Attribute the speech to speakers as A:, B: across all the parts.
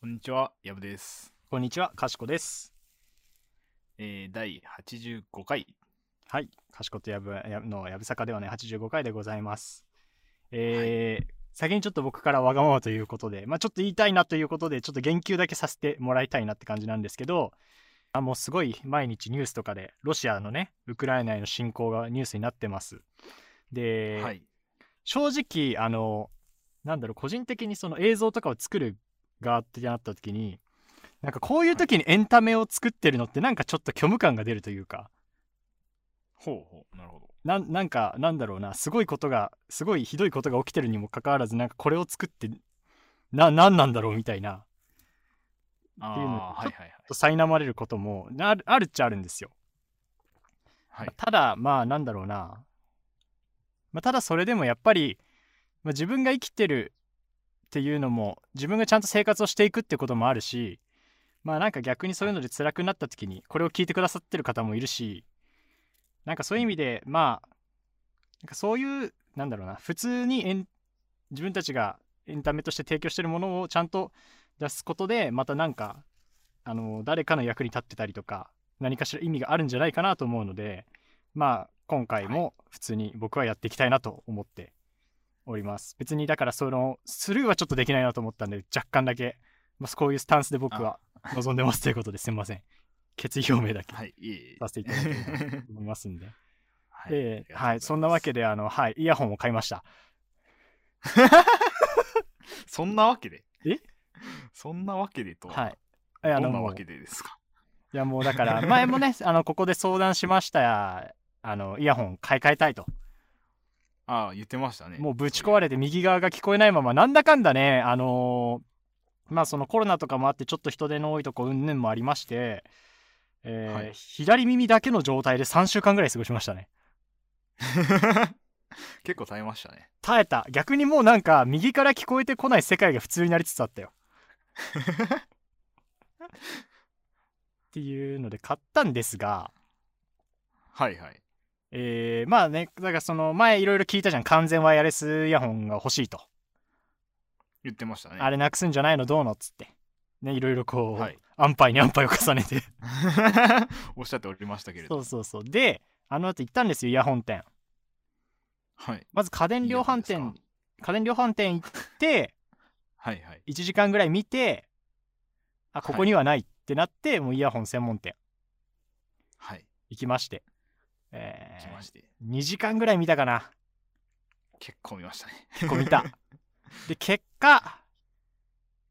A: こんにちは、やぶです。
B: こんにちは、かしこです。
A: えー、第85回。
B: はい、かしことやぶやのやぶさかではね、85回でございます。えー先にちょっと僕からわがままということで、まあちょっと言いたいなということで、ちょっと言及だけさせてもらいたいなって感じなんですけど、あもうすごい毎日ニュースとかで、ロシアのね、ウクライナへの侵攻がニュースになってます。で、
A: はい。
B: 正直あのなんだろう個人的にその映像とかを作る側ってなった時になんかこういう時にエンタメを作ってるのってなんかちょっと虚無感が出るというか
A: ほうほう、なるほど。
B: なんなんかなんだろうなすごいことがすごいひどいことが起きてるにもかかわらずなんかこれを作ってな何なんだろうみたいな
A: あ
B: っていうの
A: あ、はいはい
B: と苛まれることもあるあるっちゃあるんですよ。
A: はい。はい。
B: ただまあなんだろうな、まあ、ただそれでもやっぱり、まあ、自分が生きてるっていうのも自分がちゃんと生活をしていくってこともあるしまあなんか逆にそういうので辛くなった時にこれを聞いてくださってる方もいるしなんかそういう意味でまあなんかそういうなんだろうな普通にエン自分たちがエンタメとして提供してるものをちゃんと出すことでまたなんかあの誰かの役に立ってたりとか何かしら意味があるんじゃないかなと思うのでまあ今回も普通に僕はやっていきたいなと思っております別にだからそのスルーはちょっとできないなと思ったんで若干だけ、まあ、こういうスタンスで僕は望んでますということですいません決意表明だけ
A: はい、いえいえ。
B: させていただければと思いますんで
A: は
B: で、はい、そんなわけ
A: で。
B: であの、はい、イヤホンを買いました
A: そんなわけで
B: え
A: そんなわけでと
B: は
A: は、
B: いえあ
A: ど
B: の
A: んな
B: もう
A: わけでですか
B: いやもうだから前もね あのここで相談しましたあのイヤホン買い替えたいと
A: ああ、言ってましたね。
B: もうぶち壊れて右側が聞こえないままなんだかんだねあのーまあそのコロナとかもあってちょっと人出の多いとこ云々もありまして、えー
A: はい
B: 左耳だけの状態で3週間ぐらい過ごしましたね
A: そういう 結構耐えましたね。
B: 耐えた逆にもうなんか右から聞こえてこない世界が普通になりつつ あったよっていうので買ったんですが
A: はいはい。
B: えーまあねだからその前いろいろ聞いたじゃん完全ワイヤレスイヤホンが欲しいと、
A: 言ってましたね。
B: あれなくすんじゃないのどうのっつってねいろいろこう、
A: はい
B: 安牌に安牌を重ね て
A: おっしゃっておりましたけれ
B: そ
A: ど。
B: うそうそうであの後行ったんですよイヤホン店
A: はい。
B: まず家電量
A: いい
B: 販
A: やつ
B: 店
A: です
B: 家電量販店行って
A: はいはい。
B: 1時間ぐらい見てあここにはないってなって、もうイヤホン専門店
A: はい。
B: 行きまして、え
A: 来まして。
B: ー、2時間ぐらい見たかな
A: 結構見ましたね。
B: 結構見 たで結果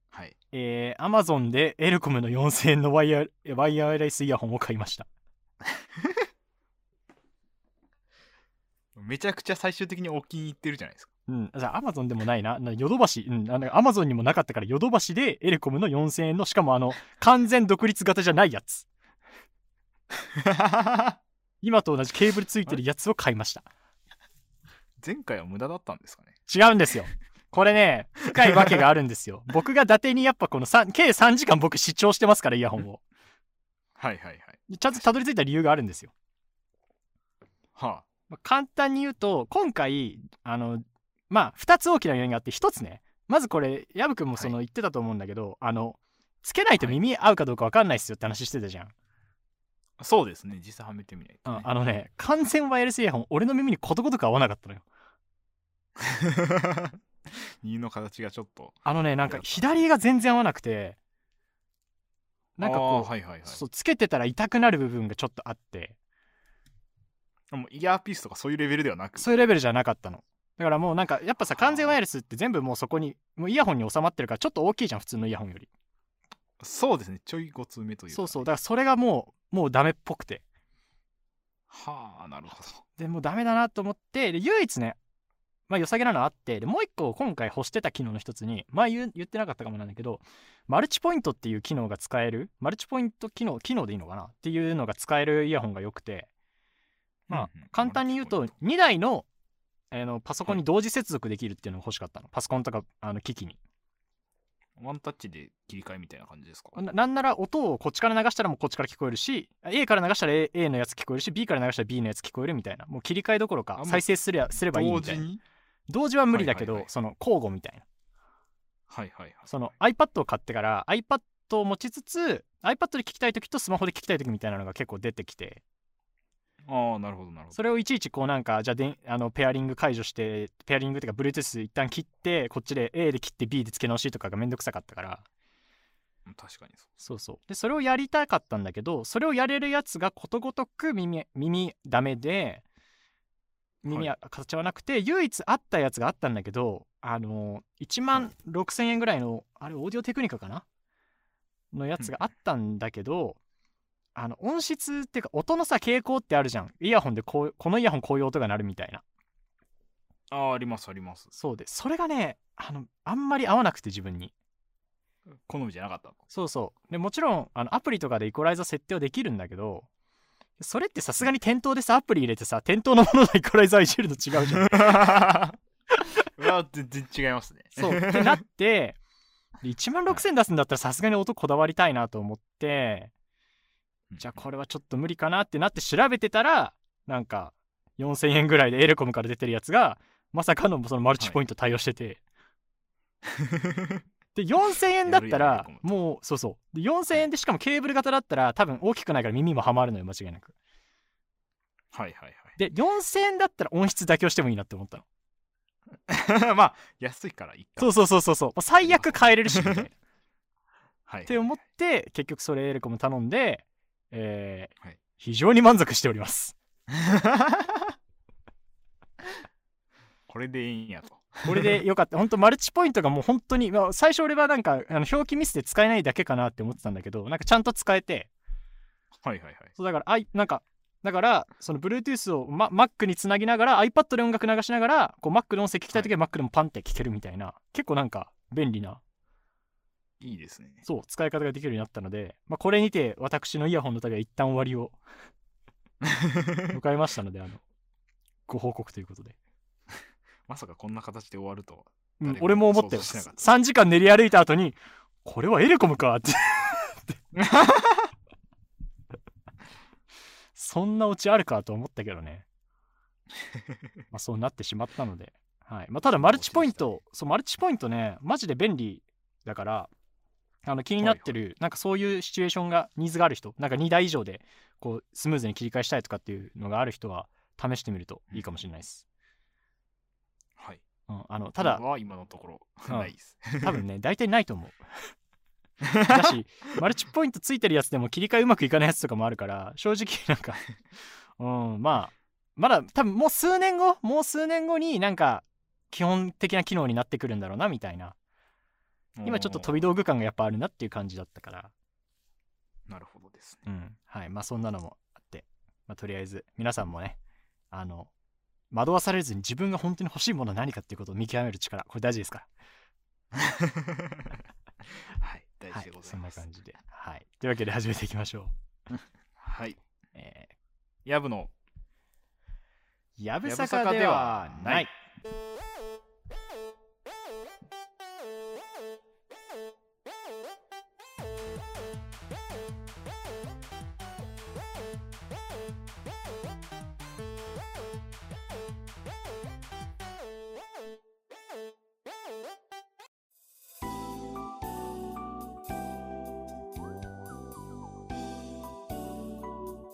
A: はい。
B: えー、Amazon でエルコムの4000円のワイヤワイヤレスイヤホンを買いました
A: めちゃくちゃ最終的にお気に入ってるじゃないですか。
B: うんじゃあ Amazon でもないななヨドバシうんあの Amazon にもなかったからヨドバシでエルコムの4000円のしかもあの完全独立型じゃないやつ今と同じケーブルついてるやつを買いました
A: 前回は無駄だったんですかね
B: 違うんですよこれね深いわけがあるんですよ僕が伊達にやっぱこのさん計3時間僕視聴してますからイヤホンを
A: はいはいはい。
B: ちゃんとたどり着いた理由があるんですよ、
A: は
B: まあ簡単に言うと今回あのまあ2つ大きな要因があって1つねまずこれ薮君もその言ってたと思うんだけど、あのつけないと耳合うかどうか分かんないっすよって話してたじゃん、
A: あ。そうですね。実際はめてみないと、
B: うん
A: ね。
B: あのね完全ワイヤレスイヤホン俺の耳にことごとく合わなかったのよ
A: 耳の形がちょっと。
B: あのねなんか左が全然合わなくてなんか
A: あ
B: こ
A: ー
B: う,、
A: はいはいはい。
B: そうつけてたら痛くなる部分がちょっとあって
A: もうイヤーピースとかそういうレベルではなく。
B: そういうレベルじゃなかったの。だからもうなんかやっぱさ
A: はあ
B: 完全ワイヤレスって全部もうそこにもうイヤホンに収まってるからちょっと大きいじゃん普通のイヤホンより
A: そうですね。ちょいごつめというか、
B: そうそうだからそれがもうもうダメっぽくて
A: はあ、なるほど。
B: でもうダメだなと思ってで唯一ねまあ良さげなのあってでもう一個今回欲してた機能の一つに前言う言ってなかったかもなんだけどマルチポイントっていう機能が使えるマルチポイント機能機能でいいのかなっていうのが使えるイヤホンが良くてまあ
A: うんうん
B: 簡単に言うと
A: マルチ
B: 2台のあのパソコンに同時接続できるっていうのが欲しかったのパソコンとかあの機器
A: ポイン
B: に
A: トワンタッチで切り替えみたいな感じですか。
B: ななんなら音をこっちから流したらもうこっちから聞こえるし A から流したら A, A のやつ聞こえるし B から流したら B のやつ聞こえるみたいなもう切り替えどころ
A: あ
B: か
A: もう
B: 再生すりゃすればいい
A: 同
B: みた
A: 時
B: いな
A: に
B: 同時は無理だけど、
A: はいはいはい
B: その交互みたいな
A: はいはいはい。
B: その iPad を買ってから iPad を持ちつつ iPad で聞きたい時とスマホで聞きたい時みたいなのが結構出てきて
A: ああ、なるほどなるほど。
B: それをいちいちこうなんかじゃあでんあのペアリング解除してペアリングっていうか Bluetooth 一旦切ってこっちで A で切って B で付け直しとかがめんどくさかったから
A: 確かにそう。
B: そうそうでそれをやりたかったんだけどそれをやれるやつがことごとく耳耳ダメで耳
A: は
B: は形はなくて、唯一あったやつがあったんだけどあの1万6,000円ぐらいのあれオーディオテクニカかなのやつがあったんだけど、あの音質っていうか音のさ傾向ってあるじゃんイヤホンでこうこのイヤホンこういう音が鳴るみたいな
A: ああ、ありますあります。
B: そうでそれがねあのあんまり合わなくて自分に
A: 好みじゃなかったの。
B: そうそうでもちろんあのアプリとかでイコライザー設定はできるんだけどそれってさすがに店頭でさアプリ入れてさ店頭のもののイコライザーいじるの違う じゃん
A: うわ、全然違いますね。
B: そうってなってで1万6000出すんだったらさすがに音こだわりたいなと思って
A: うん
B: じゃ あこれはちょっと無理かなってなって調べてたらなんか4000円ぐらいでエレコムから出てるやつがまさかのそのマルチポイント対応してて、で4000円だった
A: やるや
B: ら
A: るやる
B: もうそうそうで4000円でしかもケーブル型だったら多分大きくないから耳もはまるのよ間違いなく
A: はいはい
B: で4000円だったら音質妥協してもいいなって思ったの
A: はい。まあ、安いからいっか。
B: そうそうそうそうそうもう最悪変えれる しみたいなっ
A: はい。
B: て思って結局それエレコム頼んで、えー
A: はい
B: 非常に満足しております
A: これでいいんやと。
B: これでよかった本当マルチポイントがもう本当にまあ最初俺はなんかあの表記ミスで使えないだけかなって思ってたんだけどなんかちゃんと使えて
A: はいはいはい。
B: そうだからあいなんかだからその Bluetooth を、ま、Mac につなぎながら iPad で音楽流しながらこう Mac の音声聞きたい時は Mac でもパンって聞けるみたいな、結構なんか便利ない
A: い ですね。
B: そう使い方ができるようになったので、まあ、これにて私のイヤホンの旅は一旦終わりを迎えましたのであのご報告ということで、
A: まさかこんな形で終わるとは。
B: うん
A: 誰も
B: 俺も思って
A: 想像しなかった
B: 3時間練り歩いた後にこれはエレコムかって そんなオチあるかと思ったけ どねまあそうなってしまったので、はいまあ、ただマルチポイント、そうマルチポイントねマジで便利だからあの気になってる、なんかそういうシチュエーションがニーズがある人なんか2台以上でこうスムーズに切り替えしたいとかっていうのがある人は試してみるといいかもしれないです、
A: はい。
B: うん、あのただ
A: 僕は今のところ、
B: うん
A: ないです。
B: 多分ね大体ないと思うだしマルチポイントついてるやつでも切り替えうまくいかないやつとかもあるから正直なんかうんまあまだ多分もう数年後もう数年後になんか基本的な機能になってくるんだろうなみたいな 今ちょっと飛び道具感がやっぱあるなっていう感じだったから
A: おー なるほどですね。
B: うんはいまあそんなのもあって、まあ、とりあえず皆さんもねあの惑わされずに自分が本当に欲しいものは何かっていうことを見極める力これ大事ですから
A: はい。大事でござい
B: は
A: ま
B: い、
A: す。
B: そんな感じで、はい、というわけで始めていきましょう
A: はい。
B: え
A: やぶの
B: ー、やぶ
A: ぶ
B: さ
A: さ
B: か
A: か
B: で
A: で
B: は
A: は
B: な
A: ないい。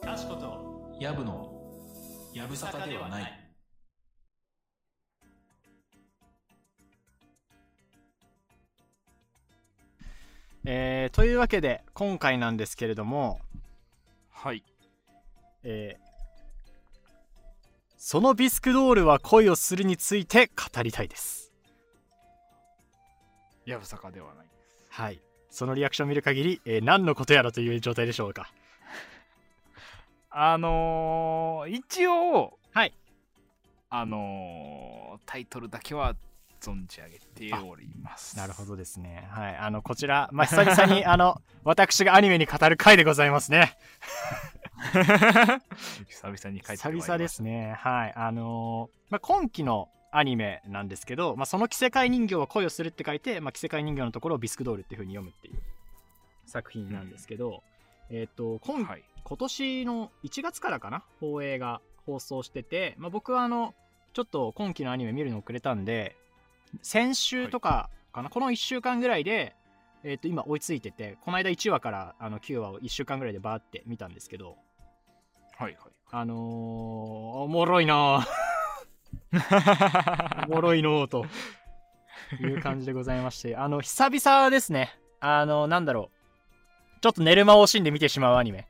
B: かしこと
C: やぶのやぶさかではない。
B: えーというわけで今回なんですけれども、
A: はい。
B: えーそのビスクドールは恋をするについて語りたいです。
A: やぶさかではない。
B: はい。そのリアクションを見る限り、えー何のことやらという状態でしょうか。
A: あのー、一応、
B: はい。
A: あのー、タイトルだけは存じ上げております。
B: なるほ。どですね。はい。あの、こちら、まあ、久々に、あ の、私がアニメに語る回でございますね。
A: 久々に帰ってまいりました
B: 久々です。ね。はい。あのーまあ、今期のアニメなんですけど、まあ、その着せ替え人形は恋をするって書いて、まあ、着せ替え人形のところをビスクドールっていうふうに読むっていう作品なんですけど、えっ、と、今
A: はい。
B: 今年の1月からかな放映が放送してて、まあ、僕はあのちょっと今期のアニメ見るの遅れたんで先週とかかなこの1週間ぐらいで、えー、と今追いついててこの間1話からあの9話を1週間ぐらいでバーって見たんですけど
A: はい
B: あのー、おもろいな あ
A: は
B: おもろいのーという感じでございま してあの久々ですねあのなんだろうちょっと寝る間を惜しんで見てしまうアニメ
A: い。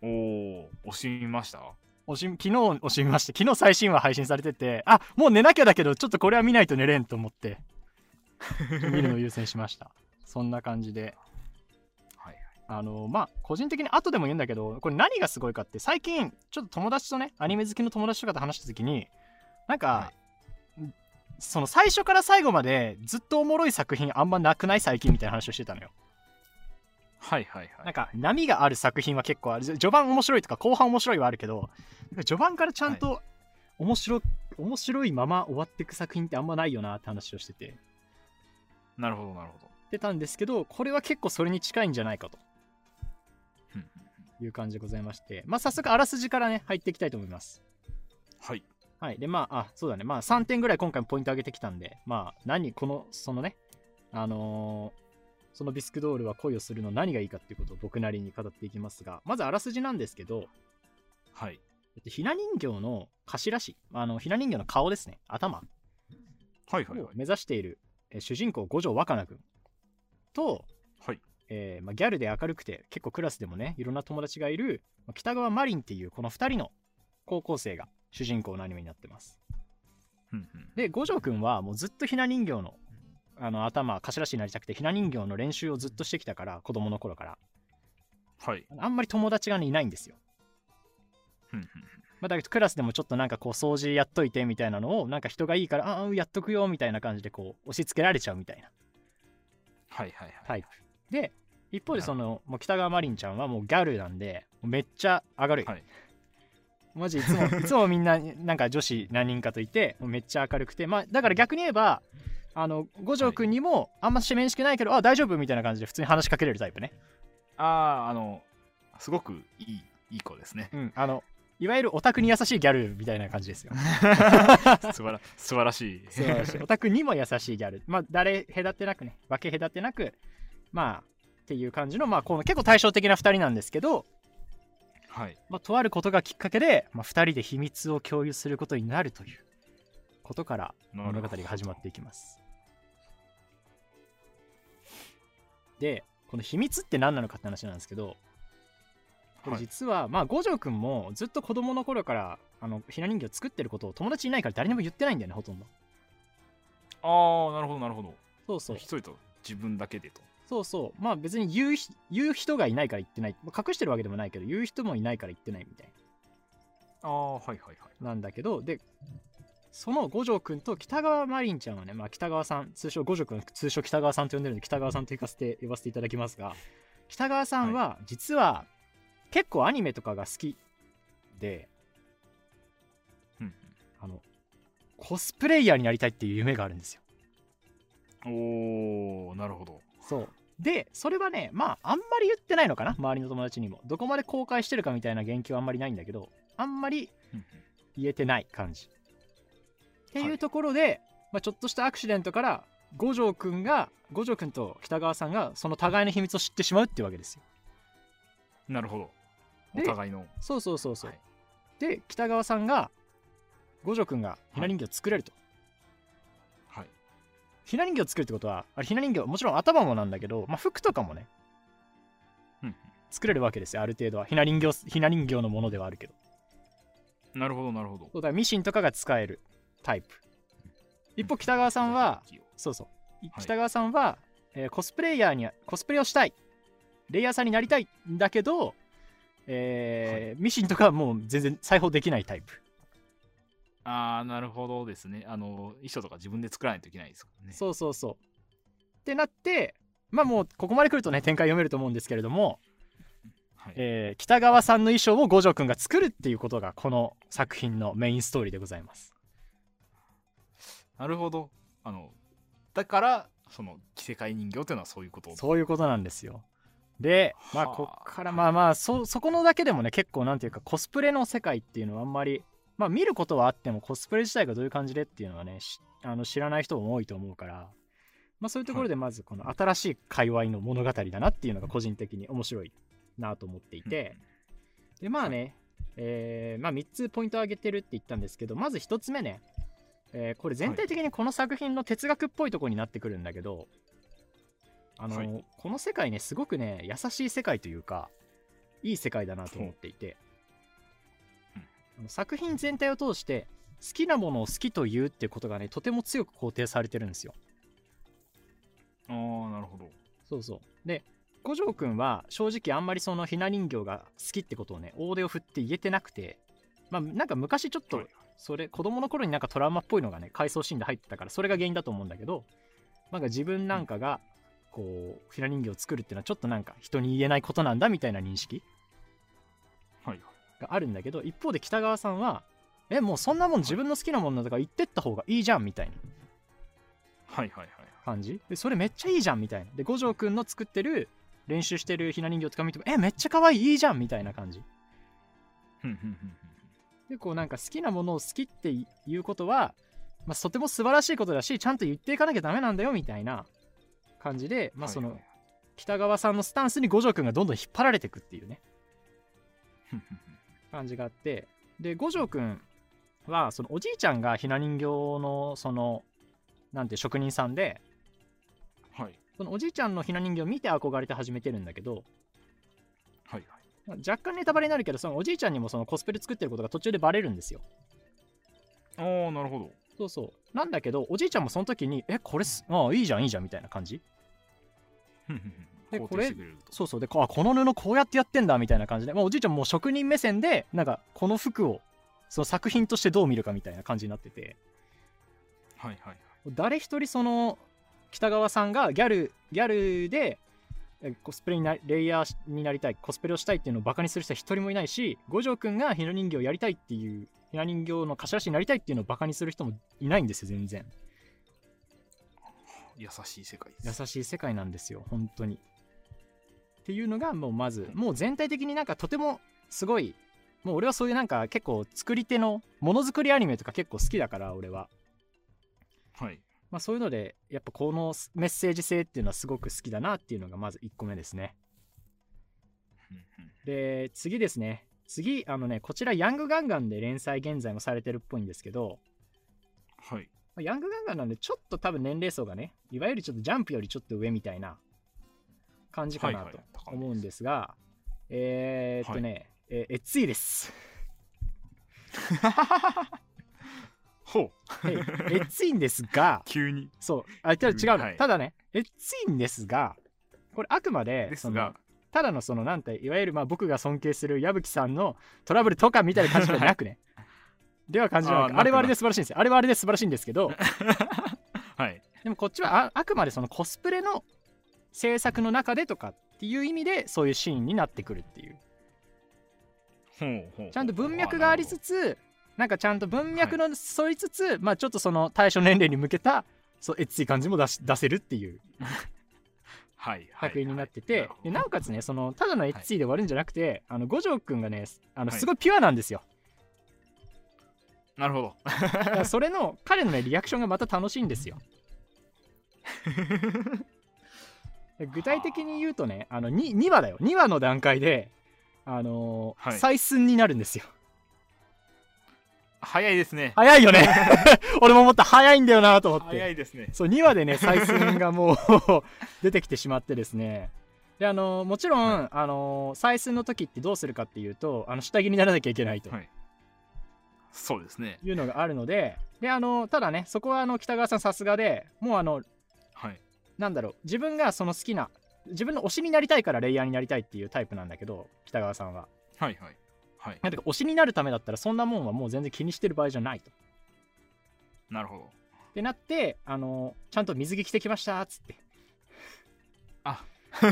A: おお、惜しみました
B: 惜しみ昨日惜しみまして昨日最新話配信されててあもう寝なきゃだけどちょっとこれは見ないと寝れんと思って見るのを優先しま したそんな感じで
A: はい
B: あのまあ個人的に後でも言うんだけどこれ何がすごいかって最近ちょっと友達とねアニメ好きの友達とかと話した時になんか、その最初から最後までずっとおもろい作品あんまなくない最近みたいな話をしてたのよ
A: はいはいはい。
B: なんか波がある作品は結構あるじゃ序盤面白いとか後半面白いはあるけどなんか序盤からちゃんと面白,、面白いまま終わっていく作品ってあんまないよなって話をしてて
A: なるほどなるほど。
B: 出たんですけどこれは結構それに近いんじゃないかと
A: うんうん
B: いう感じでございましてまあ早速あらすじからね入っていきたいと思います
A: はい。
B: はいでまああそうだねまあ3点ぐらい今回もポイント上げてきたんでまあ何このそのねあのーそのビスクドールは恋をするの何がいいかっていうことを僕なりに語っていきますがまずあらすじなんですけど、
A: はい。
B: えっとひな人形の頭氏あのひな人形の顔ですね頭
A: はいはい
B: を
A: はい。
B: 目指している、えー主人公五条若菜君と、
A: はい。
B: えーまあ、ギャルで明るくて結構クラスでもねいろんな友達がいるまあ北川マリンっていうこの2人の高校生が主人公のアニメになってます
A: うんうん
B: で五条君はもうずっとひな人形のあの頭頭氏になりたくてひな人形の練習をずっとしてきたから子供の頃から
A: はい。
B: あんまり友達が、ね、いないんですよ
A: うんうん
B: まあ、だけどクラスでもちょっとなんかこう掃除やっといてみたいなのをなんか人がいいからああやっとくよみたいな感じでこう押し付けられちゃうみたいな
A: はいはいは
B: タ
A: い。
B: イプで一方でそのもう北川マリンちゃんはもうギャルなんでもうめっちゃ明るい、
A: はい
B: マジいつ もいつもみんななんか女子何人かといてもうめっちゃ明るくてまあだから逆に言えばあの五条くんにもあんまし面識ないけど、あ大丈夫みたいな感じで普通に話しかけれるタイプね
A: ああ、あの、すごくいい、いい子ですね。
B: うんあのいわゆるオタクに優しいギャルみたいな感じですよ
A: 素晴ら素晴らしい。
B: 素晴らし いオタクにも優しいギャルまあ誰隔てなくね分け隔てなくまあっていう感じのまあこの結構対照的な2人なんですけど、
A: はい。
B: まあ、とあることがきっかけで、まあ、2人で秘密を共有することになるということから
A: な
B: 物
A: る
B: 語
A: ほど
B: が始まっていきますでこの秘密って何なのかって話なんですけどこれ
A: はい
B: 実は、まあ五条くんもずっと子供の頃からあのひな人形を作ってることを友達いないから誰にも言ってないんだよねほとんど
A: ああ、なるほどなるほど。
B: そうそう
A: 一人と自分だけでと。
B: そうそうまあ別に言うひ言う人がいないから言ってないまあ隠してるわけでもないけど言う人もいないから言ってないみたい
A: ああ、はいはいはい。
B: なんだけどでその五条くんと北川マリンちゃんはね、まあ、北川さん通称五条くん通称北川さんと呼んでるので北川さんと呼ばせて呼ばせていただきますが北川さんは実は結構アニメとかが好きで
A: うん
B: あのコスプレイヤーになりたいっていう夢があるんですよ
A: うんおお、なるほど。
B: そうでそれはねまああんまり言ってないのかな周りの友達にもどこまで公開してるかみたいな言及はあんまりないんだけどあんまり
A: うん
B: 言えてない感じ。ってい
A: は
B: う
A: い
B: ところで、まあ、ちょっとしたアクシデントから五条くんが五条くんと北川さんがその互いの秘密を知ってしまうっていうわけですよ。
A: うんなるほど。お
B: で
A: 互いの。
B: そうそうそうそう。
A: はい
B: で北川さんが五条くんがひな人形を作れると。
A: はい。
B: ひな人形を作るってことはあれひな人形もちろん頭もなんだけど、まあ、服とかもね
A: うん
B: 作れるわけですよある程度はひな人形ひな人形のものではあるけど
A: うんなるほどなるほど
B: そ。うだからミシンとかが使えるタイプ一方北川さんはそうそう、い
A: はい
B: 北川さんは、えーコスプレイヤーにコスプレをしたいレイヤーさんになりたいんだけど、えーミシンとかはもう全然裁縫できないタイプ
A: ああ、なるほどですね。あの、衣装とか自分で作らないといけないですからね。
B: そうそうそうってなってまあもうここまで来るとね展開読めると思うんですけれども、
A: はい
B: えー北川さんの衣装を五条くんが作るっていうことがこの作品のメインストーリーでございます
A: なるほど。あの、だから、その、着せ替え人形っていうのはそういうこと。
B: そういうことなんですよでまあ
A: はあ
B: こっからまあまあそそこのだけでもね結構なんていうかコスプレの世界っていうのはあんまりまあ見ることはあってもコスプレ自体がどういう感じでっていうのはねしあの知らない人も多いと思うからまあ、そういうところでまずこの新しい界隈の物語だなっていうのが個人的に面白いなと思っていて、でまあね、えーまあ、3つポイントを挙げてるって言ったんですけどまず1つ目ね、えーこれ全体的にこの作品の哲学っぽいところになってくるんだけど、あの
A: はい
B: この世界ねすごくね優しい世界というかいい世界だなと思っていて、
A: うん
B: あの作品全体を通して好きなものを好きと言うっていうことがねとても強く肯定されてるんですよ。
A: ああなるほど
B: そうそう。で、五条くんは正直あんまりそのひな人形が好きってことをね、大手を振って言えてなくて、まあなんか昔ちょっ
A: は
B: と
A: い、
B: それ、子供の頃になんかトラウマっぽいのがね、回想シーンで入ってたから、それが原因だと思うんだけど、なんか自分なんかが、こう、ひな人形を作るっていうのはちょっとなんか人に言えないことなんだみたいな認識
A: はいはい
B: があるんだけど、一方で北川さんは、え、もうそんなもん自分の好きなもんなんだから言ってった方がいいじゃんみたいな。
A: はいはいはい
B: 感じでそれめっちゃいいじゃんみたいなで五条くんの作ってる練習してるひな人形とか見てもえめっちゃ可愛いいいじゃんみたいな感じ
A: ふんふんふん
B: でこうなんか好きなものを好きっていうことは、まあ、とても素晴らしいことだしちゃんと言っていかなきゃダメなんだよみたいな感じで、
A: ふん
B: まあ、そ
A: は
B: の
A: いはい
B: 北川さんのスタンスに五条くんがどんどん引っ張られてくっていうね
A: ふんふんふん
B: 感じがあってで五条くんはそのおじいちゃんがひな人形のそのなんて職人さんで
A: はい
B: そのおじいちゃんのひな人形を見て憧れて始めてるんだけど
A: はいはい
B: まあ若干ネタバレになるけどそのおじいちゃんにもそのコスプレ作ってることが途中でバレるんですよ
A: ああなるほど
B: そうそうなんだけどおじいちゃんもその時にえこれすああいいじゃんいいじゃんみたいな感じ
A: ふんふんふん
B: で
A: 肯定
B: これ
A: してくれると
B: そうそうでこあこの布こうやってやってんだみたいな感じで、まあ、おじいちゃんも職人目線でなんかこの服をその作品としてどう見るかみたいな感じになってて
A: はいはいはい
B: 誰一人その北川さんがギャルギャルでえコスプレになレイヤーになりたいコスプレをしたいっていうのをバカにする人は一人もいないし五条くんがひな人形をやりたいっていうひな人形の頭師になりたいっていうのをバカにする人もいないんですよ全然
A: 優しい世界です
B: 優しい世界なんですよ本当にっていうのがもうまずもう全体的になんかとてもすごいもう俺はそういうなんか結構作り手のものづくりアニメとか結構好きだから俺は
A: はい
B: まあ、そういうのでやっぱこのメッセージ性っていうのはすごく好きだなっていうのがまず1個目ですね
A: ふんふん
B: で次ですね次あのねこちらヤングガンガンで連載現在もされてるっぽいんですけど
A: はい
B: まあヤングガンガンなんでちょっと多分年齢層がねいわゆるちょっとジャンプよりちょっと上みたいな感じかな
A: はい
B: と
A: はい高めです
B: 思うんですが、えー、っとね、えーえっついです、
A: ほう
B: はい、えっついんです が
A: 急に
B: そうあただ違うの、
A: はい
B: ただねえっついんですがこれあくまで
A: です
B: その
A: が
B: ただのそのなんていわゆるまあ僕が尊敬する矢吹さんのトラブルとかみたいな感じじゃなくね では感じじゃな
A: あー
B: く
A: なく
B: あれはあれで素晴らしいんですよあれはあれで素晴らしいんですけ ど
A: はい
B: でもこっちはああくまでそのコスプレの制作の中でとかっていう意味でそういうシーンになってくるっていう
A: ほうほう
B: ちゃんと文脈がありつつなんかちゃんと文脈の沿いつつ、まあちょっとその対象年齢に向けたそうエッチい感じも出し出せるっていう
A: はいはい
B: 作品になってて、でなおかつねそのただのエッチいで終わるんじゃなくて、あの五条くんがねあの
A: はい
B: すごいピュアなんですよ、
A: なるほど
B: だからそれの彼のねリアクションがまた楽しいんですよ 具体的に言うとねあの 2, 2話だよ2話の段階であのー
A: はい
B: 採寸になるんですよ
A: 早いですね
B: 早いよね 俺も思った早いんだよなと思っ
A: 早
B: て
A: いですね
B: そう2話でね採寸がもう 出てきてしまってですねであのーもちろん、
A: は
B: あのー採寸の時ってどうするかっていうとあの下着にならなきゃいけないと、
A: はいそうですね
B: いうのがあるのでであのーただねそこはあの北川さんさすがでもうあの
A: はい
B: なんだろう自分がその好きな自分の推しになりたいからレイヤーになりたいっていうタイプなんだけど北川さんは
A: はいはいはい
B: なんだか推しになるためだったらそんなもんはもう全然気にしてる場合じゃないと
A: なるほど
B: ってなってあのちゃんと水着着てきましたっつって
A: あ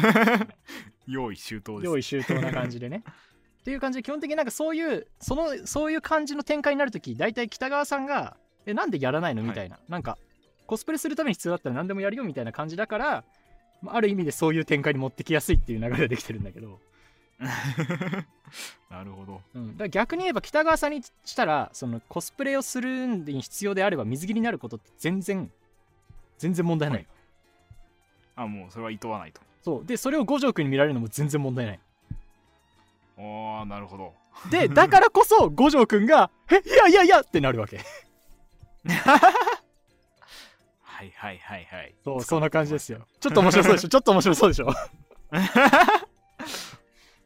A: 用意周到です
B: 用意周到な感じでねっていう感じで基本的になんかそういうそのそういう感じの展開になるとき大体北川さんがえなんでやらないのみたいな、なんかコスプレするために必要だったら何でもやるよみたいな感じだからまあある意味でそういう展開に持ってきやすいっていう流れができてるんだけど
A: なるほど
B: うん、だから逆に言えば北川さんにしたらそのコスプレをするに必要であれば水着になることって全然全然問題ない、
A: はいあもうそれは厭わないと
B: そうでそれを五条くんに見られるのも全然問題ない
A: ああなるほど
B: でだからこそ五条くんが「えいやいやいや!」ってなるわけ
A: はいはいはいはい
B: そうそんな感じですよちょっと面白そうでし ょちょっと面白そうでしょ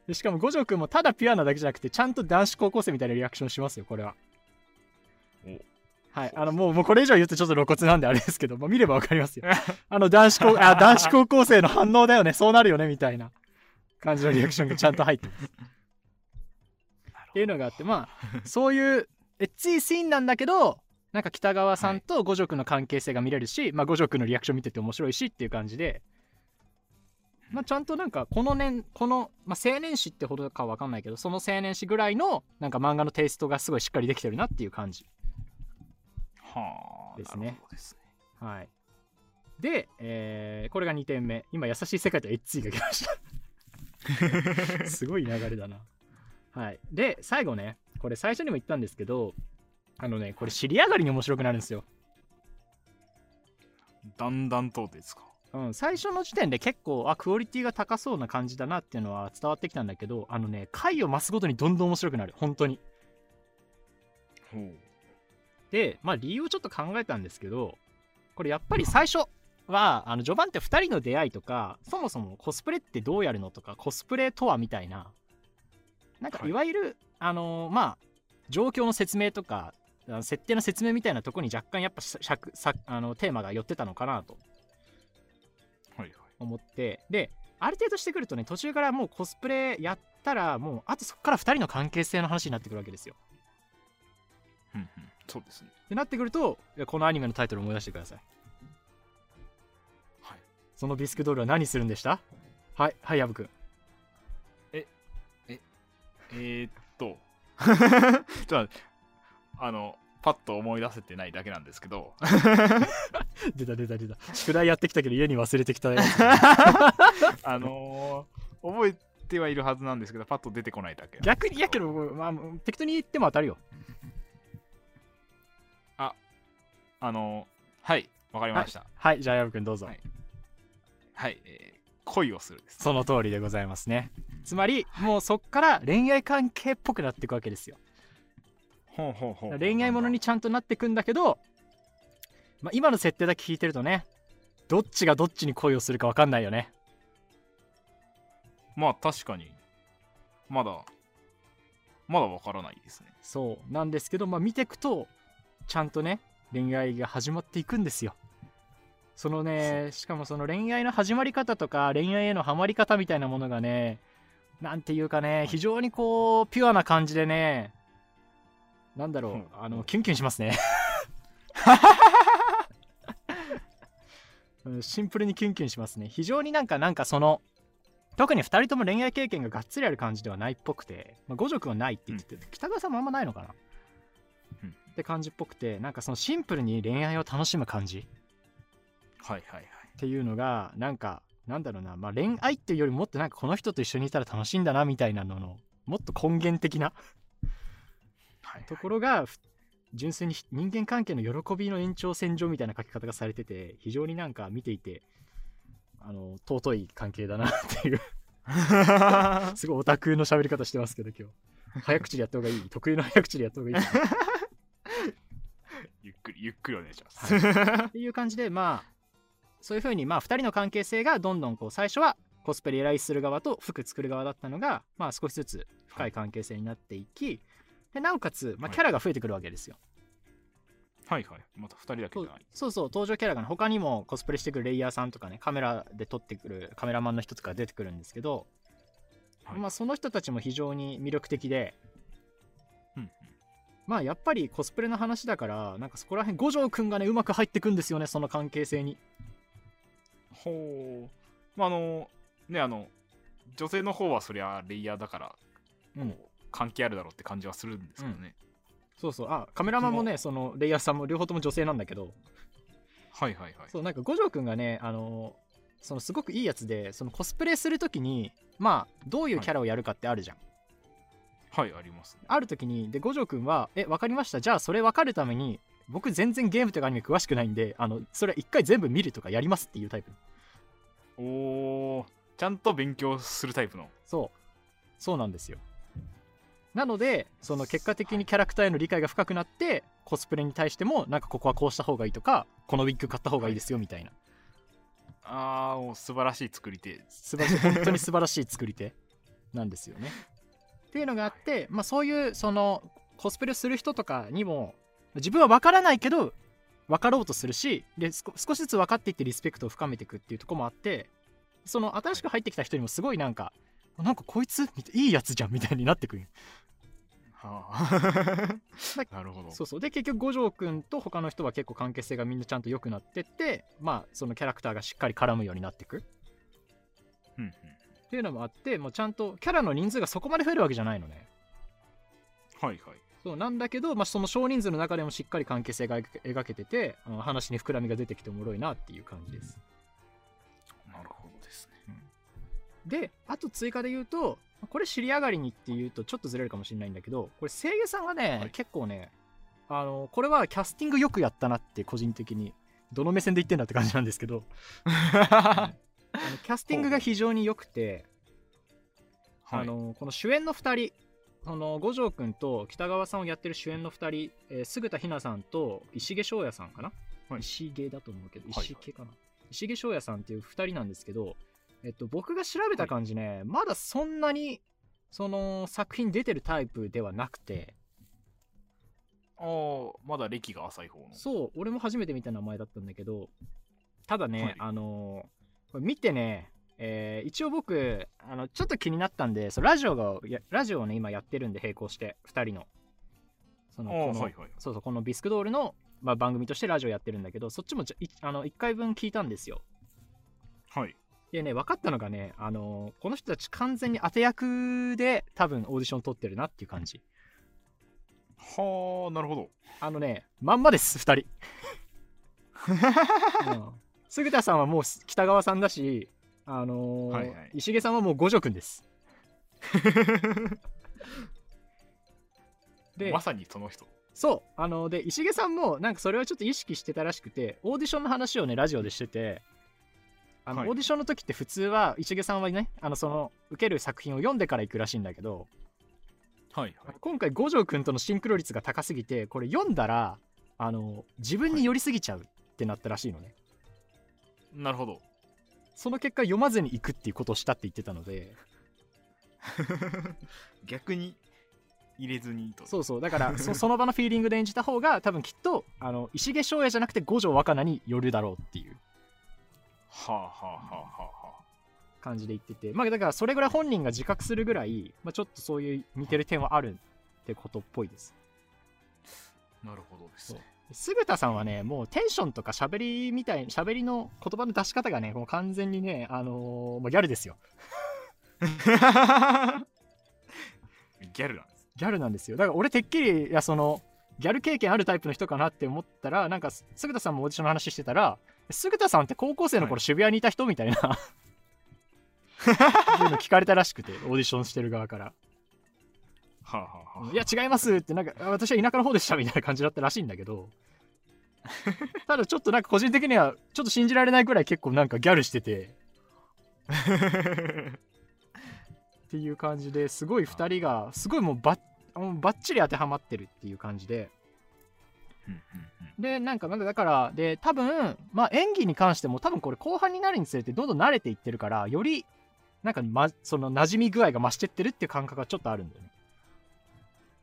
B: でしかも五条くんもただピュアなだけじゃなくてちゃんと男子高校生みたいなリアクションしますよこれは
A: お
B: はいあのもうもうこれ以上言うとちょっと露骨なんであれですけど、まあ、見ればわかります よあの男子高あ男子高校生の反応だよねそうなるよねみたいな感じのリアクションがちゃんと入って ます
A: なるほど
B: っていうのがあってまあそういうエッチいシーンなんだけどなんか北川さんと五条くんの関係性が見れるし、まあ、五条くんのリアクション見てて面白いしっていう感じで、まあ、ちゃんとなんかこの年この、まあ、青年誌ってほどかは分かんないけどその青年誌ぐらいのなんか漫画のテイストがすごいしっかりできてるなっていう感じ。
A: はあ
B: ですね
A: なるほどですね
B: はい、で、えーこれが2点目今「優しい世界」と「エッチい」が来ましたすごい流れだなはいで最後ねこれ最初にも言ったんですけどあのねこれ尻上がりに面白くなるんですよ、
A: だんだんとですか
B: うん、最初の時点で結構あクオリティが高そうな感じだなっていうのは伝わってきたんだけどあのね回を増すごとにどんどん面白くなる本当に
A: ほう
B: で、まあ、理由をちょっと考えたんですけどこれやっぱり最初はあの序盤って2人の出会いとかそもそもコスプレってどうやるのとかコスプレとはみたいななんか
A: はい
B: いわゆる、あのーまあ状況の説明とかあの設定の説明みたいなとこに若干やっぱしゃくさあのテーマが寄ってたのかなと
A: はいはい
B: 思ってである程度してくるとね途中からもうコスプレやったらもうあとそこから2人の関係性の話になってくるわけですよ。
A: うんうんそうですね
B: ってなってくるといやこのアニメのタイトルを思い出してください。
A: はい
B: そのビスクドールは何するんでしたはい、はい、ヤブくん。
A: えー、っと ちょっと待ってあのパッと思い出せてないだけなんですけど
B: 出た出た出た。宿題やってきたけど家に忘れてき たやつ
A: あのー覚えてはいるはずなんですけどパッと出てこないだけ
B: 逆に、やけど、まあ、適当に言っても当たるよ。
A: あのーはいわかりました
B: はい、じゃあヤブくんどうぞ。
A: はいはい、えー恋をするです
B: その通りでございますね。つまり、もうそっから恋愛関係っぽくなっていくわけですよ。
A: ほうほうほ
B: 恋愛ものにちゃんとなってくんだけど、まあ、今の設定だけ聞いてるとね、どっちがどっちに恋をするか分かんないよね。
A: まあ確かにまだまだわからないですね
B: そうなんですけど、まあ、見ていくとちゃんとね恋愛が始まっていくんですよそのねしかもその恋愛の始まり方とか恋愛へのハマり方みたいなものがねなんていうかね非常にこうピュアな感じでねなんだろう、
A: うん
B: あのキュンキュンしますねうんシンプルにキュンキュンしますね非常になんかなんかその特に2人とも恋愛経験ががっつりある感じではないっぽくて、まあ、五条くんはないって言ってて、北川さんもあんまないのかな、
A: うん
B: って感じっぽくてなんかそのシンプルに恋愛を楽しむ感じっ
A: はいはいはい
B: ていうのがなんかなんだろうな、まあ、恋愛っていうよりもっとなんかこの人と一緒にいたら楽しいんだなみたいなののもっと根源的な
A: はいはい
B: ところがふ純粋に人間関係の喜びの延長線上みたいな書き方がされてて非常になんか見ていてあの尊い関係だなっていうすごいオタクの喋り方してますけど今日早口でやった方がいい得意の早口でやった方がいい
A: ゆっくりゆっくりお願いします、
B: っていう感じでまあそういうふうにまあ2人の関係性がどんどんこう最初はコスプレ依頼する側と服作る側だったのがまあ少しずつ深い関係性になっていきでなおかつま
A: は
B: あ
A: い
B: キャラが増えてくるわけですよ。
A: はいはいまた2人だけ
B: そ
A: じ
B: う
A: ゃない
B: そうそう登場キャラがね他にもコスプレしてくるレイヤーさんとかねカメラで撮ってくるカメラマンの人とか出てくるんですけど、
A: はい
B: まあ、その人たちも非常に魅力的で、
A: うんうん
B: まあやっぱりコスプレの話だからなんかそこら辺五条くんがねうまく入ってくんですよねその関係性に。
A: ほうまああのねあの女性の方はそりゃレイヤーだから、
B: うん
A: こう関係あるだろうって感じはするんですけどね、
B: そうそうあカメラマンもねそのレイヤーさんも両方とも女性なんだけど
A: はいはいはい
B: そうなんか五条くんがねあのそのすごくいいやつでそのコスプレするときにまあどういうキャラをやるかってあるじゃん、
A: はいありますね
B: あるときにで五条くんは「えわかりましたじゃあそれ分かるために僕全然ゲームとかアニメ詳しくないんであのそれ一回全部見るとかやります」っていうタイプ
A: おーちゃんと勉強するタイプの
B: そうそうなんですよなのでその結果的にキャラクターへの理解が深くなってコスプレに対してもなんかここはこうした方がいいとかこのウィッグ買った方がいいですよみたいな
A: あーもう素晴らしい作り手
B: 素 晴らしい本当に素晴らしい作り手なんですよね。っていうのがあって、まあ、そういうそのコスプレする人とかにも自分は分からないけど分かろうとするしで少少しずつ分かっていってリスペクトを深めていくっていうところもあってその新しく入ってきた人にもすごいなんかなんかこいつみたいいいやつじゃんみたいになってくる
A: はあ
B: ま
A: なるほど
B: そうそうで結局五条くんと他の人は結構関係性がみんなちゃんと良くなってってまあそのキャラクターがしっかり絡むようになっていく
A: うんうん
B: っていうのもあってもうちゃんとキャラの人数がそこまで増えるわけじゃないのね
A: はいはい
B: そうなんだけど、まあ、その少人数の中でもしっかり関係性が描け描けててあの話に膨らみが出てきておもろいなっていう感じです
A: なるほどですね、
B: であと追加で言うとこれ尻上がりにっていうとちょっとずれるかもしれないんだけどこれ声優さんがね、
A: はい
B: 結構ねあのこれはキャスティングよくやったなって個人的にどの目線で言ってんだって感じなんですけど
A: は
B: あのキャスティングが非常に良くてあ
A: い、
B: のこの主演の2人その五条くんと北川さんをやってる主演の2人、えー、菅田ひなさんと石毛翔也さんかな、
A: はい
B: 石毛だと思うけど
A: はいはい
B: 石毛かな、石毛翔也さんっていう2人なんですけど、えっと、僕が調べた感じね、まだそんなにその作品出てるタイプではなくて
A: あーまだ歴が浅い方の
B: そう俺も初めて見た名前だったんだけどただね、
A: はい
B: あのーこれ見てねえー一応僕あのちょっと気になったんでそうラジオがやラジオをね今やってるんで並行して2人のその
A: あー
B: この
A: はいはい
B: そうそうこのビスクドールの、まあ、番組としてラジオやってるんだけどそっちもじゃいあの1回分聞いたんですよ
A: はい
B: でね分かったのがねあのーこの人たち完全に当て役で多分オーディション取ってるなっていう感じ
A: はあなるほど
B: あのね、まんまです、2人。うん杉田さんはもう北川さんだし、あのー
A: はいはい
B: 石毛さんはもう五条くんです。で
A: ま、さにその人
B: そう、あのーで、石毛さんもなんかそれをちょっと意識してたらしくて、オーディションの話をね、ラジオでしてて、あの
A: はい
B: オーディションの時って普通は石毛さんはね、あのその受ける作品を読んでから行くらしいんだけど、
A: はいはい
B: 今回五条くんとのシンクロ率が高すぎてこれ読んだらあの自分に寄りすぎちゃうってなったらしいのね、
A: なるほど
B: その結果読まずに行くっていうことをしたって言ってたので
A: 逆に入れずにと
B: そうそうだからそ その場のフィーリングで演じた方が多分きっとあの石毛翔也じゃなくて五条若菜に寄るだろうっていう
A: はあはあはあはあはあ
B: 感じで言っててまあだからそれぐらい本人が自覚するぐらい、まあ、ちょっとそういう似てる点はあるってことっぽいです
A: なるほどですね。
B: 菅田さんはねもうテンションとか喋りみたい喋りの言葉の出し方がねもう完全にねあのーもうギャルですよ
A: ギャルなんです。
B: ギャルなんですよだから俺てっきりいやそのギャル経験あるタイプの人かなって思ったらなんかす菅田さんもオーディションの話してたら菅田さんって高校生の
A: は
B: 頃
A: い
B: 渋谷にいた人 みたいな、っていうの聞かれたらしくてオーディションしてる側から
A: はあ、はあはあ、
B: 「いや違います」ってなんかあ私は田舎の方でしたみたいな感じだったらしいんだ けどただちょっとなんか個人的にはちょっと信じられないぐらい結構なんかギャルしててっていう感じですごい2人がすごいもうばっもうバッチリ当てはまってるっていう感じで
A: うんうんうん
B: でなんかまだだからで多分まあ演技に関しても多分これ後半になるにつれてどんどん慣れていってるからよりなんか、ま、その馴染み具合が増してってるっていう感覚がちょっとあるんだよね。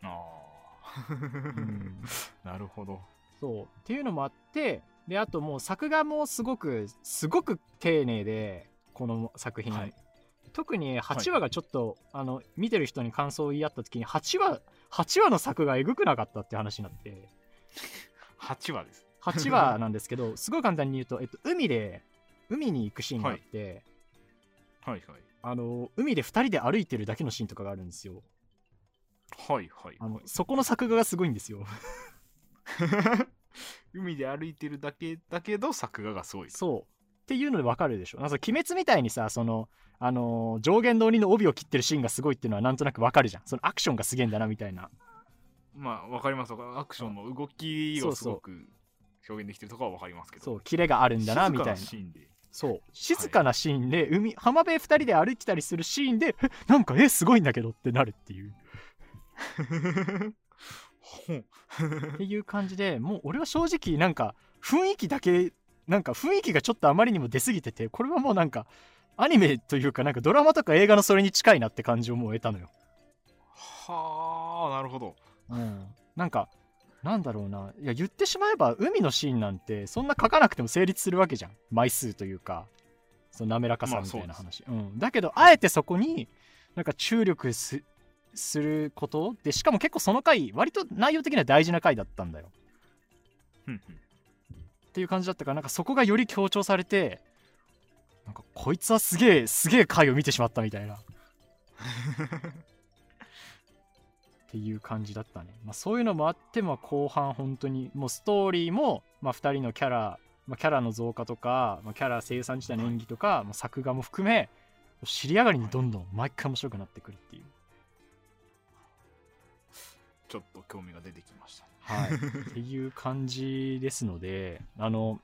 A: あ
B: ん
A: あ、 なるほど。
B: そうっていうのもあってであともう作画もすごくすごく丁寧でこの作品、
A: はい
B: 特に8話がちょっと、あの見てる人に感想を言い合った時に8話8話の作画えぐくなかったって話になって。
A: 8話です。
B: 8話なんですけどすごい簡単に言うと、えっと、海で海に行くシーンがあって、
A: はい
B: あの海で2人で歩いてるだけのシーンとかがあるんですよ
A: はい。はいはい、
B: あ
A: は
B: のそこの作画がすごいんですよ
A: い。海で歩いてるだけだけど作画がすごい。
B: そうっていうのでわかるでしょなんかその鬼滅みたいにさそのあの上限の鬼の帯を切ってるシーンがすごいっていうのはなんとなくわかるじゃんそのアクションがすげえんだなみたいな
A: まあわかりますわかりますアクションの動きをすごく表現できてるところはわかりますけど。
B: そうキレがあるんだなみたいな
A: 静かシーンで。そう
B: 静かなシーンで海、浜辺2人で歩いてたりするシーンでえなんかえすごいんだけどってなるっていう
A: ほう
B: っていう感じでもう俺は正直なんか雰囲気だけなんか雰囲気がちょっとあまりにも出過ぎててこれはもうなんかアニメというかなんかドラマとか映画のそれに近いなって感じをもう得たのよ、
A: はあなるほど
B: うん、なんかなんだろうないや言ってしまえば海のシーンなんてそんな書かなくても成立するわけじゃん枚数というかその滑らかさみたいな
A: まあそう
B: 話、うん、だけどあえてそこになんか注力すすることでしかも結構その回割と内容的には大事な回だったんだよ
A: うん
B: っていう感じだったからなんかそこがより強調されてなんかこいつはすげえすげえ回を見てしまったみたいなっていう感じだったね、まあ、そういうのもあって、まあ、後半本当にもうストーリーも、まあ、2人のキャラ、まあ、キャラの増加とか、まあ、キャラ声優さん自体の演技とか、まあ、作画も含め尻上がりにどんどん毎回面白くなってくるっていう
A: ちょっと興味が出てきました
B: はい、っていう感じですのであの、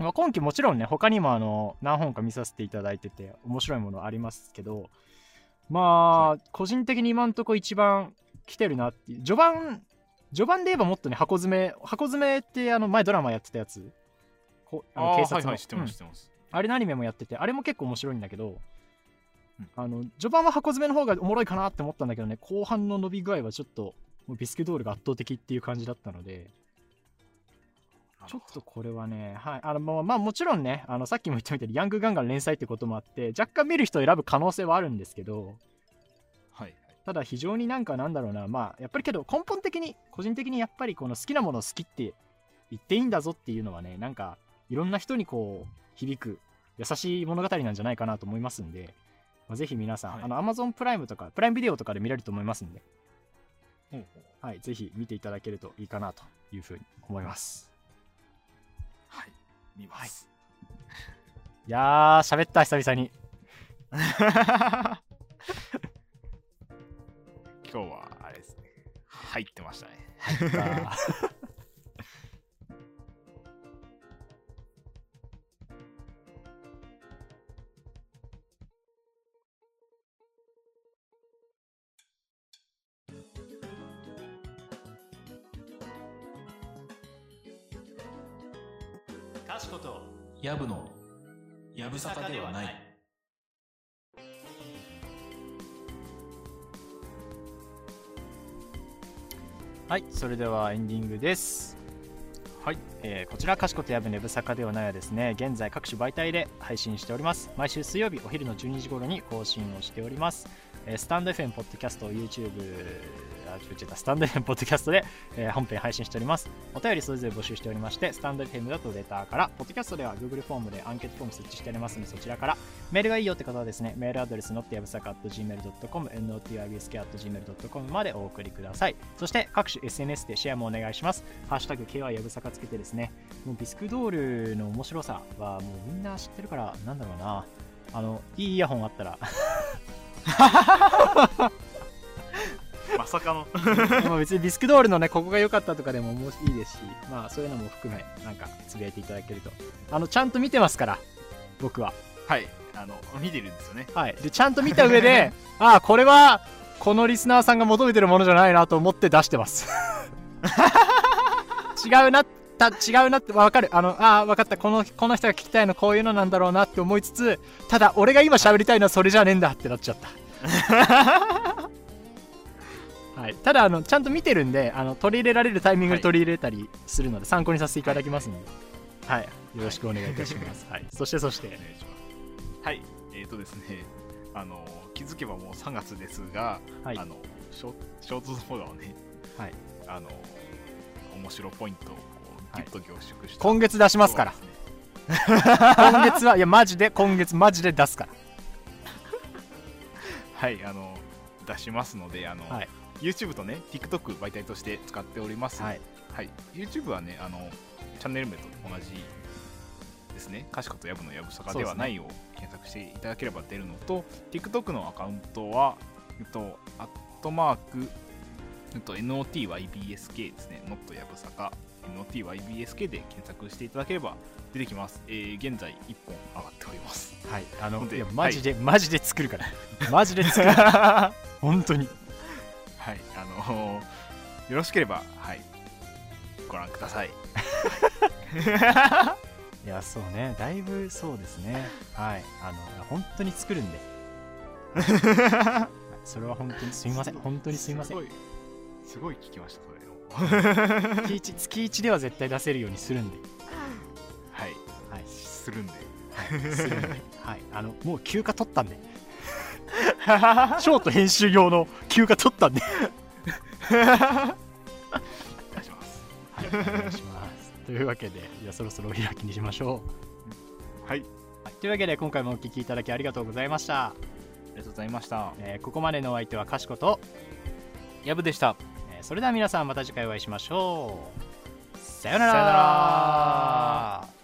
B: まあ、今期もちろんね他にもあの何本か見させていただいてて面白いものありますけどまあ、個人的に今んとこ一番来てるなっていう序盤序盤で言えばもっとね箱詰め箱詰めってあの前ドラマやってたやつこあの
A: あ
B: 警
A: 警
B: 察
A: 察
B: の、
A: はいはい知って
B: う
A: ま
B: ん
A: す知ってます、
B: あれのアニメもやっててあれも結構面白いんだけど、
A: うん
B: あの序盤は箱詰めの方がおもろいかなって思ったんだけどね後半の伸び具合はちょっともうビスケドールが圧倒的っていう感じだったのでちょっとこれはね、はい、あのまあまあもちろんねあのさっきも言ったみたいにヤングガンガン連載ってこともあって若干見る人を選ぶ可能性はあるんですけど
A: はいはい
B: ただ非常になんかなんだろうなまあやっぱりけど根本的に個人的にやっぱりこの好きなものを好きって言っていいんだぞっていうのはねなんかいろんな人にこう響く優しい物語なんじゃないかなと思いますんで、まあ、ぜひ皆さん、
A: はい
B: あの Amazon プライムとかプライムビデオとかで見られると思いますんで、
A: ほうほう
B: はい、ぜひ見ていただけるといいかなというふうに思います
A: はい見ます、
B: いやー喋った久々に
A: 今日はあれですね入ってましたね
B: あー
C: かしことやぶのやぶさかではない
B: はい、それではエンディングです。
A: はい、
B: えーこちら、かしことやぶねぶさかではないはですね、現在各種媒体で配信しております。毎週水曜日お昼の12時頃に更新をしております。えースタンド FM、ポッドキャスト、YouTube、あ、違う違う、スタンド FM、ポッドキャストで、えー本編配信しております。お便りそれぞれ募集しておりまして、スタンド FM だとレターから、ポッドキャストでは Google フォームでアンケートフォーム設置しておりますので、そちらからメールがいいよって方はですね、メールアドレス notiabsaka.gmail.com、notibsk.gmail.com までお送りください。そして各種 SNS でシェアもお願いします。ハッシュタグ KY やぶさかつけてですね、もうビスクドールの面白さはもうみんな知ってるから、なんだろうな。あの、いいイヤホンあったら、
A: まさかの
B: まあ別にビスクドールのね、ここが良かったとかでももういいですし、まあそういうのも含め、なんかつぶやいていただけると。あの、ちゃんと見てますから、僕は。
A: はいあの見てるんですよね
B: はい、でちゃんと見た上で ああこれはこのリスナーさんが求めてるものじゃないなと思って出してます 違うなった違うなって分かるあのああ分かったこのこの人が聞きたいのこういうのなんだろうなって思いつつただ俺が今喋りたいのはそれじゃねえんだってなっちゃった はい、ただあのちゃんと見てるんであの取り入れられるタイミングで取り入れたりするので、参考にさせていただきますので、はい、よろしくお願いいたします、はい、そしてそして
A: お願いしますはいえっ、ー、とですねあの気づけばもう3月ですが、
B: はい
A: あのショショート動画をね、
B: はい、
A: あの面白ポイントをこう
B: は
A: ギ
B: い
A: ュッと凝縮して、
B: 今月出しますから
A: そうですね
B: 今月はいやマジで今月マジで出すか
A: はいあの出しますのであの、
B: らはい
A: YouTube とね TikTok 媒体として使っております、
B: はい
A: はい、YouTube はねあのチャンネル名と同じですね「かしことやぶのやぶさかではない」を検索していただければ出るのと、TikTok のアカウントはえっとアットマークえっと NOTYBSK ですね「not やぶさかの TYBSK で検索していただければ出てきます。えー現在1本上がっております。
B: はいあの
A: ほんで
B: いや
A: はい
B: マジで、マジで作るからマジで作 る
A: は
B: 本当に
A: い、あのーよろしければ、はい、ご覧ください。
B: いやそうねだいぶそうですねはいあの本当に作る んでそれは本当にすみません本当にすみません
A: すごい、すごい聞きました、それを。
B: 月一月一では絶対出せるようにするんで
A: はい、
B: はい
A: す るんで。
B: するんではいあのもう休暇取ったんでショート編集用の休暇取ったんで
A: お願いします。
B: はい、お願いします。というわけで、じゃあそろそろお開きにしましょ
A: はい、
B: う。はいというわけで、今回もお聞きいただきありがとうございました。
A: ありがとうございました。
B: えーここまでのお相手はかしこと、
A: やぶでした。
B: えーそれでは皆さんまた次回お会いしましょう。さような
A: さような
B: ら